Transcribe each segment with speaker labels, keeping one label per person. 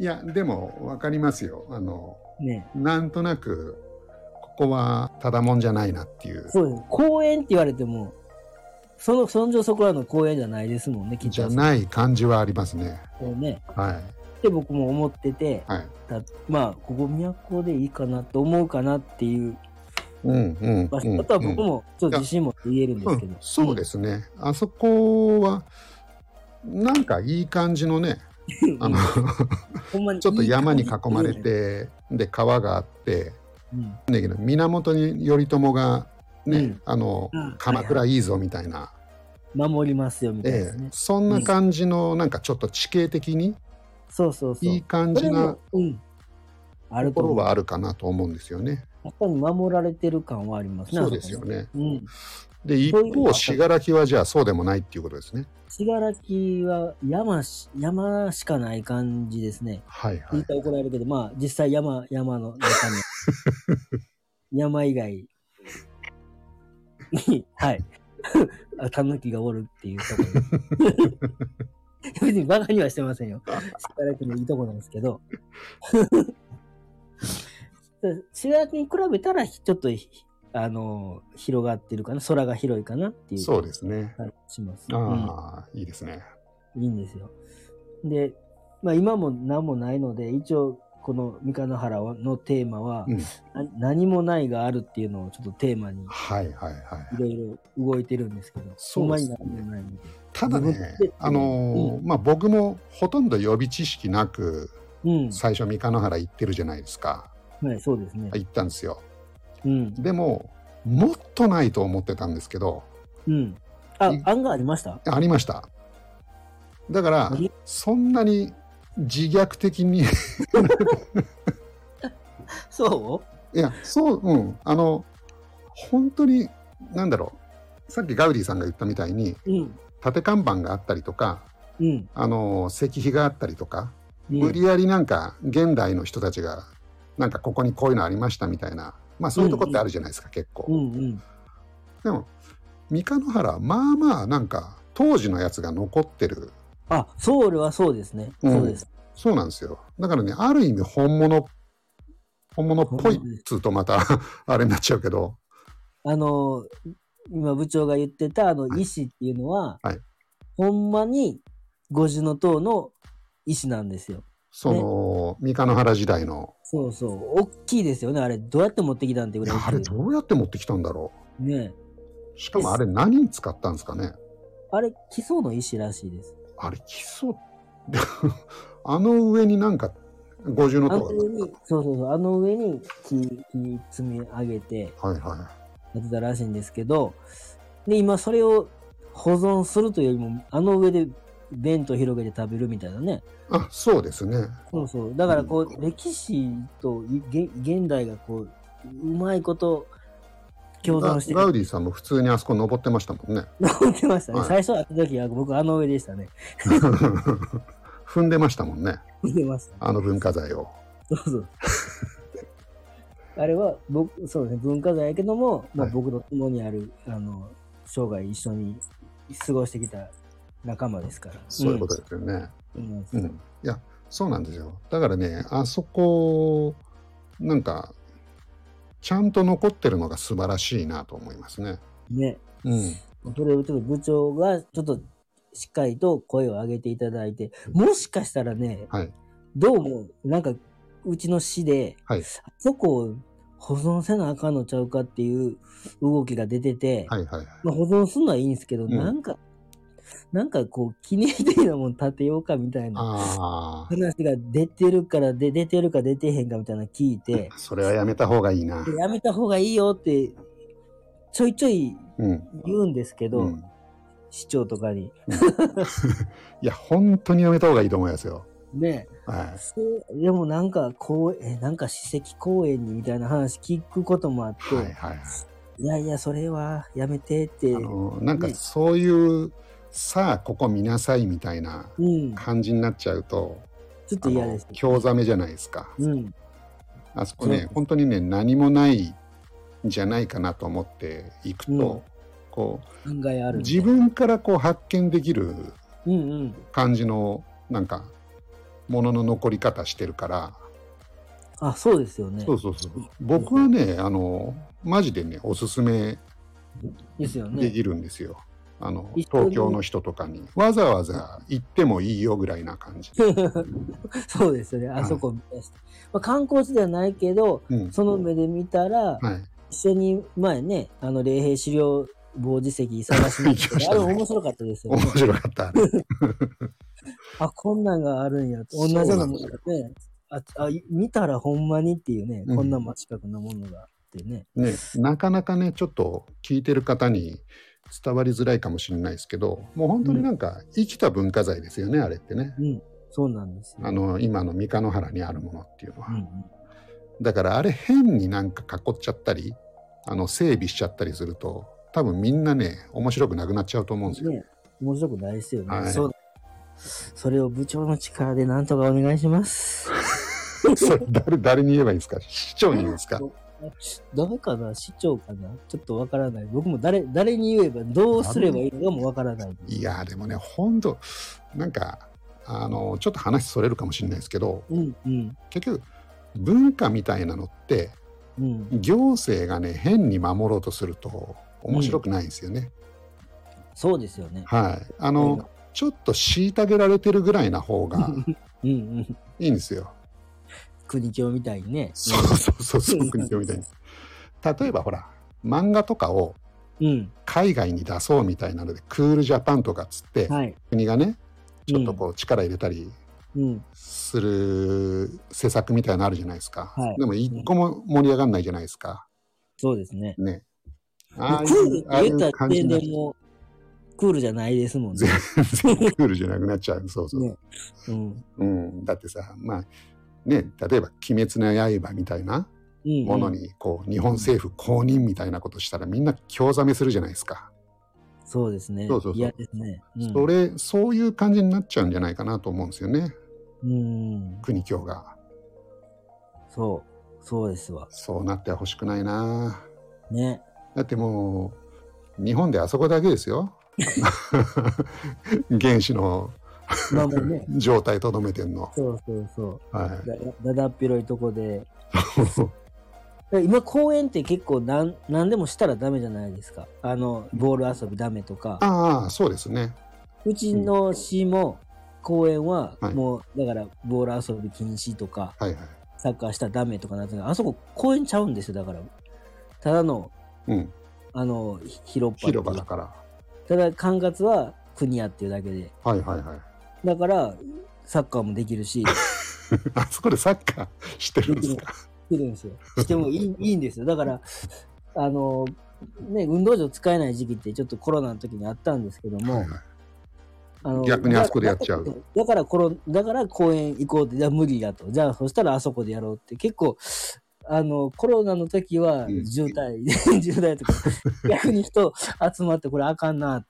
Speaker 1: いや、でもわかりますよ。あの、
Speaker 2: ね。
Speaker 1: なんとなく、ここはただもんじゃないなっていう、
Speaker 2: そうです。公園って言われても、その、そんじょそこらの公園じゃないですもんね、きっと。
Speaker 1: じゃない感じはありますね。
Speaker 2: そうね。
Speaker 1: はい。
Speaker 2: って僕も思ってて、
Speaker 1: はい。
Speaker 2: だまあ、ここ都でいいかなと思うかなっていう
Speaker 1: うんうん
Speaker 2: 場
Speaker 1: うん、
Speaker 2: 所、
Speaker 1: うん。
Speaker 2: あとは僕もちょっと自信持って言えるんですけど。
Speaker 1: うん、そうですね、あそこはなんかいい感じのね
Speaker 2: うん。
Speaker 1: あの
Speaker 2: ほんまにいい感じ
Speaker 1: ちょっと山に囲まれ。てで川があって
Speaker 2: うん。
Speaker 1: だけど源頼朝がね、
Speaker 2: うん
Speaker 1: あの
Speaker 2: うん
Speaker 1: 鎌倉いいぞみたいな、
Speaker 2: 守りますよ、みたい
Speaker 1: え
Speaker 2: な
Speaker 1: え
Speaker 2: ね。
Speaker 1: そんな感じのなんかちょっと地形的に
Speaker 2: そうそうそう。
Speaker 1: いい感
Speaker 2: そ
Speaker 1: じ
Speaker 2: れ
Speaker 1: な
Speaker 2: も、うん。あ
Speaker 1: と
Speaker 2: ると
Speaker 1: ころ
Speaker 2: 思う。
Speaker 1: はあるかなと思うんですよね。
Speaker 2: 確かに守られてる感はありますね。
Speaker 1: そうですよね。
Speaker 2: うん。
Speaker 1: で一
Speaker 2: そういうのは
Speaker 1: 方信楽はじゃあそうでもないっていうことですね。
Speaker 2: 信楽は山し、山しかない感じですね。
Speaker 1: はいは
Speaker 2: 言い
Speaker 1: い。
Speaker 2: たら怒られるけど、まあ実際山、山の 中に。山以外に、はい。 タヌキがおるっていうとこ ろで別にバカにはしてませんよ。信楽のいいとこなんですけど。 信楽に比べたら、ちょっとひ、あの、広がってるかな。空が広いかなっていう。
Speaker 1: そうですね。
Speaker 2: 感じします。うん
Speaker 1: ああ、いいですね。
Speaker 2: いいんですよ。で、まあ今も何もないので、一応この三河原のテーマは、
Speaker 1: うん
Speaker 2: な何もないがあるっていうのをちょっとテーマに
Speaker 1: はいはいはい。
Speaker 2: いろいろ動いてるんですけど、
Speaker 1: そうですね
Speaker 2: ほんまに何もないんで。
Speaker 1: ただ
Speaker 2: 自分
Speaker 1: ね
Speaker 2: で、
Speaker 1: あのーまあ、僕もほとんど予備知識なく、
Speaker 2: う
Speaker 1: 最初、三日野原行ってるじゃないですか。
Speaker 2: ん。はい、そうですね。
Speaker 1: 行ったんですよ。
Speaker 2: うん。
Speaker 1: でも、もっとないと思ってたんですけど、
Speaker 2: うん。あ
Speaker 1: い、
Speaker 2: 案がありました
Speaker 1: ありました。だから
Speaker 2: え、
Speaker 1: そんなに自虐的に、い
Speaker 2: そ
Speaker 1: や、そう、うん、あの、本当に、なんだろう、さっきガウディさんが言ったみたいに、
Speaker 2: ううん。
Speaker 1: 縦看板があったりとか、
Speaker 2: うん。
Speaker 1: あのー、石碑があったりとか、
Speaker 2: うん
Speaker 1: 無理やりなんか現代の人たちがなんかここにこういうのありましたみたいなまあそういうとこってあるじゃないですか、結構、
Speaker 2: うんうん。
Speaker 1: でも三日野原まあまあなんか当時のやつが残ってる
Speaker 2: あ、ソウルはそうですね。
Speaker 1: うん
Speaker 2: そうです。
Speaker 1: そうなんですよだからねある意味本物本物っぽいっつうとまた あれになっちゃうけど
Speaker 2: あの、今部長が言ってたあの
Speaker 1: はい
Speaker 2: 石っていうのは、
Speaker 1: はい
Speaker 2: ほんまに五重の塔の石なんですよ。
Speaker 1: その、三日野原時代の
Speaker 2: そうそう。大きいですよね。あれ、どうやって持ってきたんってぐ
Speaker 1: い
Speaker 2: らい
Speaker 1: やあれ
Speaker 2: 大きい
Speaker 1: どうやって持ってきたんだろ
Speaker 2: ね
Speaker 1: うしかもあれ何に使ったんですかね
Speaker 2: あれ、基礎の石らしいです。
Speaker 1: あれ基礎 あの上になんか五重の
Speaker 2: あ
Speaker 1: 塔
Speaker 2: の
Speaker 1: が
Speaker 2: 上に、そうそうそう、あの上に木、木積み上げて
Speaker 1: はいはい
Speaker 2: やってたらしいんですけど、で、今それを保存するというよりも、あの上で弁当広げて食べるみたいなね。
Speaker 1: あそうですね。
Speaker 2: そうそう。だからこう、歴史とい現現代がこう、うまいこと共存して
Speaker 1: ガガ
Speaker 2: る
Speaker 1: ウディさんも普通にあそこ登ってましたもんね。
Speaker 2: 思ってましたね。
Speaker 1: はい
Speaker 2: 最初会った時は僕あの上でしたね。
Speaker 1: 踏んでましたもんね。
Speaker 2: 見てました。
Speaker 1: あの文化財を。
Speaker 2: そうそう。あれは僕、そうですね、文化財やけども、まあ、
Speaker 1: はい
Speaker 2: 僕の共にある、あの、生涯一緒に過ごしてきた仲間ですから。
Speaker 1: そういうことですよね。
Speaker 2: うん。
Speaker 1: うん。いや、そうなんですよ。だからね、あそこ、なんか、ちゃんと残ってるのが素晴らしいなと思いますね。
Speaker 2: ね。
Speaker 1: うん。
Speaker 2: それをちょっと部長が、ちょっと、しっかりと声を上げていただいて、もしかしたらね、
Speaker 1: はい。
Speaker 2: どうも、なんか、うちの市で、
Speaker 1: はい
Speaker 2: あそこを保存せなあかんのちゃうかっていう動きが出てて、
Speaker 1: はいはいはい。
Speaker 2: まあ、保存するのはいいんですけど、
Speaker 1: ん
Speaker 2: なんか、なんかこう、記念的なもん建てようかみたいな
Speaker 1: あ
Speaker 2: 話が出てるからで、出てるか出てへんかみたいなの聞いて
Speaker 1: あ、、それはやめた方がいいな
Speaker 2: で。やめた方がいいよって、ちょいちょい
Speaker 1: うん。
Speaker 2: 言うんですけど、
Speaker 1: うん
Speaker 2: 市長とかに。
Speaker 1: いや、本当にやめた方がいいと思いますよ。
Speaker 2: ね
Speaker 1: はい。
Speaker 2: そうでもなんか、こう、え、なんか史跡公園にみたいな話聞くこともあって、
Speaker 1: はいはいはい。
Speaker 2: いやいや、それはやめてって。
Speaker 1: あのなんか
Speaker 2: ね
Speaker 1: そういう、さあここ見なさいみたいな
Speaker 2: うん。
Speaker 1: 感じになっちゃうと
Speaker 2: ちょっ
Speaker 1: あ
Speaker 2: と嫌で
Speaker 1: の
Speaker 2: す。
Speaker 1: 興ざめじゃないですか
Speaker 2: うん。
Speaker 1: あそこね
Speaker 2: そう
Speaker 1: 本当にね何もないんじゃないかなと思っていくと、
Speaker 2: うん
Speaker 1: こ
Speaker 2: 案外あ
Speaker 1: う
Speaker 2: る。
Speaker 1: 自。分からこう発見できる
Speaker 2: うんうん。
Speaker 1: 感じのなんかものの残り方してるから、
Speaker 2: あ、そうですよね。
Speaker 1: そうそうそう僕はねあのマジでねおすすめ
Speaker 2: ですよ
Speaker 1: で
Speaker 2: ね。
Speaker 1: きるんですよ、あの
Speaker 2: 一緒に
Speaker 1: 東京の人とかにわざわざ行ってもいいよぐらいな感じ、
Speaker 2: そうですよね。あそこ見ました。まあ、観光地ではないけど、
Speaker 1: うん
Speaker 2: その目で見たら、
Speaker 1: はい、
Speaker 2: 一緒に前ね、あの、霊兵資料防止石探しに行
Speaker 1: 行き
Speaker 2: っ
Speaker 1: ま
Speaker 2: て、
Speaker 1: し
Speaker 2: あ
Speaker 1: た
Speaker 2: れ
Speaker 1: ね
Speaker 2: 面白かったですよ
Speaker 1: 面
Speaker 2: ね。
Speaker 1: 白か った
Speaker 2: あ、こんなんがあるんや。同じようなものがね。ああ、見たらほんまにっていうね、
Speaker 1: うん
Speaker 2: こんな真近くなものがあってね。
Speaker 1: ね、なかなかねちょっと聞いてる方に伝わりづらいかもしれないですけどもう本当になんか生きた文化財ですよね、あれってね
Speaker 2: うん、そうなんですよ。
Speaker 1: あの今の三河の原にあるものっていうのは、
Speaker 2: うんうん、
Speaker 1: だからあれ変になんか囲っちゃったりあの整備しちゃったりすると多分みんなね面白くなくなっちゃうと思うん ですよ、
Speaker 2: ね、面白くないですよね。
Speaker 1: はい
Speaker 2: そう。それを部長の力でなんとかお願いします。
Speaker 1: それ誰誰に言えばいいんですか市長に言うんです か
Speaker 2: 誰かな市長かなちょっとわからない。僕も誰、誰に言えば、どうすればいいのかもわからない。
Speaker 1: いやーでもね本当なんかあのちょっと話それるかもしれないですけど
Speaker 2: うん、うん、
Speaker 1: 結局文化みたいなのって
Speaker 2: うん。
Speaker 1: 行政がね変に守ろうとすると面白くないんですよね。
Speaker 2: そうですよね。
Speaker 1: はい、あの、ちょっと虐げられてるぐらいな方が
Speaker 2: うん、うん。
Speaker 1: いいんですよ。
Speaker 2: 国境みたいにね。
Speaker 1: そうそうそうそう国境みたいに。例えばほら漫画とかを
Speaker 2: うん。
Speaker 1: 海外に出そうみたいなのでクールジャパンとかっつって、
Speaker 2: はい。
Speaker 1: 国がねちょっとこう力入れたり
Speaker 2: うん。
Speaker 1: する施策みたいなのあるじゃないですか、
Speaker 2: はい
Speaker 1: でも一個も盛り上がんないじゃないですか
Speaker 2: そうですね。
Speaker 1: ね
Speaker 2: も
Speaker 1: ああ
Speaker 2: うク
Speaker 1: い
Speaker 2: ールっ
Speaker 1: うああい
Speaker 2: て言
Speaker 1: う
Speaker 2: った
Speaker 1: 感
Speaker 2: 時
Speaker 1: じになっ
Speaker 2: 点で
Speaker 1: ちゃう
Speaker 2: もうクールじゃないですもんね。
Speaker 1: 全然クールじゃなくなっちゃうそうそう、
Speaker 2: ねうん。
Speaker 1: うん、だってさまあね例えば「鬼滅の刃」みたいな
Speaker 2: うん
Speaker 1: もの。にこう日本政府公認みたいなことしたらみんな興ざめするじゃないですか、
Speaker 2: そうですね。
Speaker 1: そうそうそう
Speaker 2: 嫌ですね。うん
Speaker 1: それそういう感じになっちゃうんじゃないかなと思うんですよね
Speaker 2: うん。
Speaker 1: 国教が
Speaker 2: そう。そうですわ。
Speaker 1: そうなってほしくないな
Speaker 2: ね。
Speaker 1: だってもう日本であそこだけです よ原子の。
Speaker 2: まあもうね
Speaker 1: 状態とどめてんの、
Speaker 2: そうそうそう。
Speaker 1: は
Speaker 2: だだだっ広いとこで。
Speaker 1: い、
Speaker 2: で今公園って結構なん何でもしたらダメじゃないですか。あの、ボール遊びダメとか。
Speaker 1: ああそうですね
Speaker 2: うちの市も公園は
Speaker 1: はい
Speaker 2: もう、だからボール遊び禁止とか、
Speaker 1: はいはい
Speaker 2: サッカーしたらダメとかなってるあそこ公園ちゃうんですよ、だから。ただの、
Speaker 1: うん
Speaker 2: あの、ひ広っ端
Speaker 1: 広場だから
Speaker 2: ただ管轄は国やっていうだけで。
Speaker 1: はいはいはい
Speaker 2: だから、サッカーもできるし、
Speaker 1: あそこでサッカーしてるんですか
Speaker 2: できるんですよ。してもい いいいんですよ。だから、あの、ね、運動場使えない時期ってちょっとコロナの時にあったんですけども、
Speaker 1: はいはい
Speaker 2: あの
Speaker 1: 逆にあそこでやっちゃう
Speaker 2: だからだからコロ、だから公園行こうって、じゃ無理だと。じゃあ、そしたらあそこでやろうって。結構、あの、コロナの時は
Speaker 1: うん
Speaker 2: 渋滞、 渋滞と か、逆に人集まって、これあかんなって。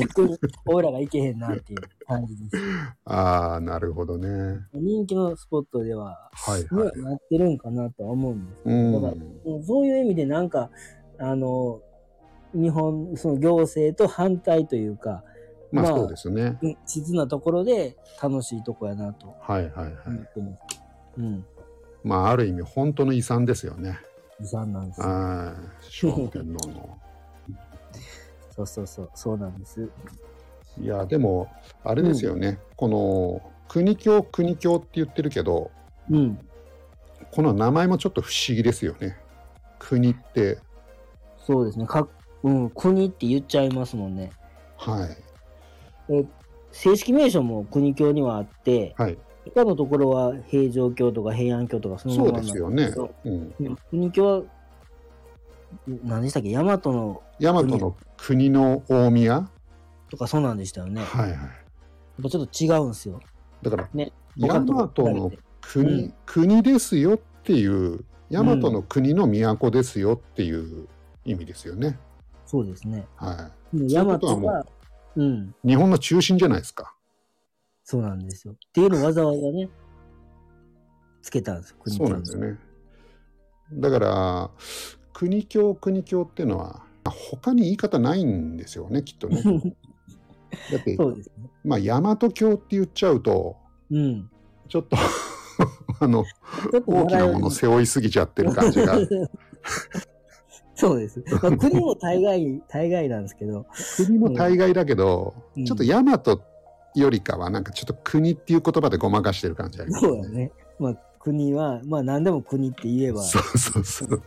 Speaker 2: 逆に、俺らが行けへんなっていう感じです。
Speaker 1: ああなるほどね
Speaker 2: 人気のスポットでは、
Speaker 1: はい
Speaker 2: ね
Speaker 1: はい、
Speaker 2: なってるんかなとは思うんです
Speaker 1: うん
Speaker 2: うんそういう意味でなんか、あの、日本、その行政と反対というか、
Speaker 1: まあ
Speaker 2: まあ
Speaker 1: そうですね
Speaker 2: うん静なところで楽しいとこやなと
Speaker 1: はいはいはい
Speaker 2: 思ってます。うん。
Speaker 1: まあある意味本当の遺産ですよね
Speaker 2: 遺産なんですよ。
Speaker 1: はい昭和天皇の
Speaker 2: そうそうそう、そうなんです。
Speaker 1: いやでもあれですよね、この国教国教って言ってるけど
Speaker 2: うん。
Speaker 1: この名前もちょっと不思議ですよね国って
Speaker 2: そうですね。かうん、国って言っちゃいますもんね。
Speaker 1: はい
Speaker 2: え正式名称も国教にはあって、
Speaker 1: はい
Speaker 2: 他のところは平城京とか平安京とかそのま
Speaker 1: そ
Speaker 2: ま
Speaker 1: う
Speaker 2: な
Speaker 1: で
Speaker 2: ん
Speaker 1: す
Speaker 2: け
Speaker 1: よ
Speaker 2: ど
Speaker 1: ね、うん、
Speaker 2: うん国教は、何でしたっけ大和の
Speaker 1: 大和の国の大宮、
Speaker 2: とかそうなんでしたよね。やっ
Speaker 1: はいはい
Speaker 2: ぱちょっと違うんですよ。
Speaker 1: だから、
Speaker 2: ね
Speaker 1: 大和の国、
Speaker 2: うん
Speaker 1: 国ですよっていう大和の国の都ですよっていう意味ですよね、
Speaker 2: そうですね。
Speaker 1: は
Speaker 2: ヤマ
Speaker 1: ことは
Speaker 2: ト
Speaker 1: もう
Speaker 2: が、うん、
Speaker 1: い日本の中心じゃないですか
Speaker 2: そうなんですよ。っていうのをわざわざね、つけたんですよ、
Speaker 1: そうなんですよねだから国教国教っていうのはまあ他に言い方ないんですよねきっ とねだって
Speaker 2: そうですね。
Speaker 1: まあ大和教って言っちゃうと
Speaker 2: うん。
Speaker 1: ちょっと あの
Speaker 2: ちょっと
Speaker 1: 大きな
Speaker 2: 笑
Speaker 1: も
Speaker 2: う
Speaker 1: の背負いすぎちゃってる感じが
Speaker 2: そうです。まあ、国も大概、 大概なんですけど。
Speaker 1: 国も大概だけど、
Speaker 2: うん
Speaker 1: ちょっと大和よりかはなんかちょっと国っていう言葉でごまかしてる感じあります
Speaker 2: そうだね。まあ、国は、まあ、何でも国って言えば。
Speaker 1: そうそうそう。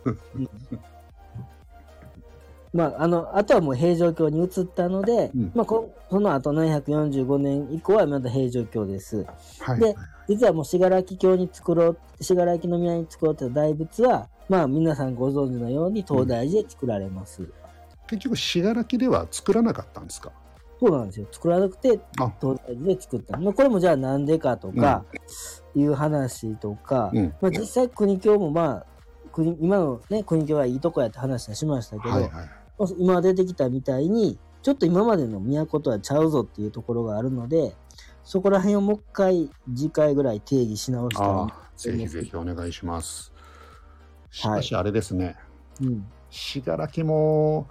Speaker 2: まあ、あの、あとはもう平城京に移ったので、
Speaker 1: うん
Speaker 2: まあ、こその後745年以降はまだ平城京です。
Speaker 1: はい。
Speaker 2: で実はもう信楽京に作ろう、信楽の宮に作ろうってた大仏は、まあ、皆さんご存知のように東大寺で作られます。
Speaker 1: 結局、信楽では作らなかったんですか
Speaker 2: そうなんですよ。作らなくて、
Speaker 1: あ
Speaker 2: 東大寺で作った。まあ、これもじゃあなんでかとか、いう話とか、
Speaker 1: うん。
Speaker 2: まあ、実際国境もまあ、国今のね、国境はいいとこやって話はしましたけど、
Speaker 1: はいはい。
Speaker 2: まあ今出てきたみたいに、ちょっと今までの都とはちゃうぞっていうところがあるので、そこら辺をもう一回、次回ぐらい定義し直した
Speaker 1: あ
Speaker 2: ら、
Speaker 1: あ、ぜひぜひお願いします。しかし、あれですね、
Speaker 2: うん、
Speaker 1: 信楽も、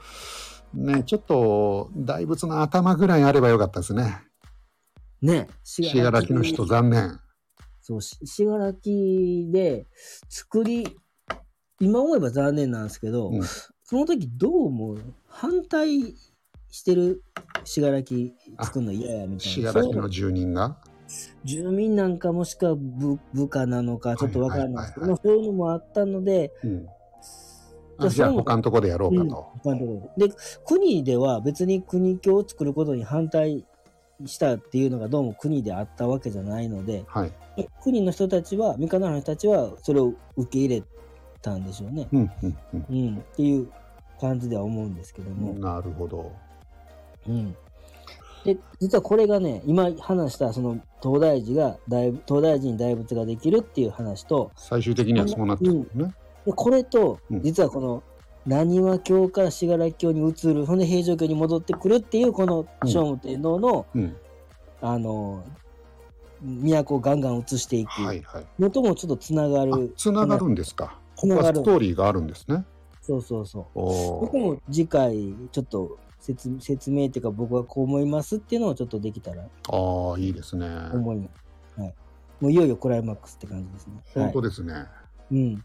Speaker 1: ね、ちょっと大仏の頭ぐらいあればよかったですね。
Speaker 2: ね、信
Speaker 1: 信楽の人、残念。
Speaker 2: そう、し信楽で作り、今思えば残念なんですけど、
Speaker 1: うん
Speaker 2: その時どうも反対してる信楽作るの嫌やみたい
Speaker 1: 信
Speaker 2: な。
Speaker 1: 楽の住人が。
Speaker 2: 住民なんかもしくは部部下なのかちょっとわからないですけど、
Speaker 1: はいはい
Speaker 2: まあそういうのもあったので、
Speaker 1: うん
Speaker 2: じゃ
Speaker 1: あ
Speaker 2: あ
Speaker 1: じゃあ、
Speaker 2: そう
Speaker 1: 他のとこでやろうかと。
Speaker 2: 他のところでで国では別に国境を作ることに反対したっていうのがどうも国であったわけじゃないので
Speaker 1: はい。
Speaker 2: 国の人たちは三河の人たちはそれを受け入れたんでしょうね、
Speaker 1: うんうんうん
Speaker 2: うん、っていう感じでは思うんですけども、
Speaker 1: なるほど。
Speaker 2: うん、で実はこれがね今話したその東大寺が大東大寺に大仏ができるっていう話と
Speaker 1: 最終的にはそうなったんだよね。
Speaker 2: でこれと
Speaker 1: うん
Speaker 2: 実はこの浪速教から信楽教に移るほんで平城教に戻ってくるっていうこの
Speaker 1: うん
Speaker 2: 聖武天皇の、
Speaker 1: うん。
Speaker 2: あの都をガンガン移していく
Speaker 1: はいはい。
Speaker 2: のともちょっとつなが
Speaker 1: あ
Speaker 2: る、
Speaker 1: つながるんですか。
Speaker 2: つ
Speaker 1: こ
Speaker 2: な
Speaker 1: こ
Speaker 2: が
Speaker 1: は
Speaker 2: る
Speaker 1: ストーリーがあるんですね。
Speaker 2: そうそうそう
Speaker 1: お
Speaker 2: ここ
Speaker 1: ー
Speaker 2: も次回ちょっと説説明っていうか僕はこう思いますっていうのをちょっとできたら
Speaker 1: ああ、いいですね。
Speaker 2: 思います、はい、もういよいよクライマックスって感じですね、は
Speaker 1: 本
Speaker 2: い
Speaker 1: 当ですね。
Speaker 2: うん、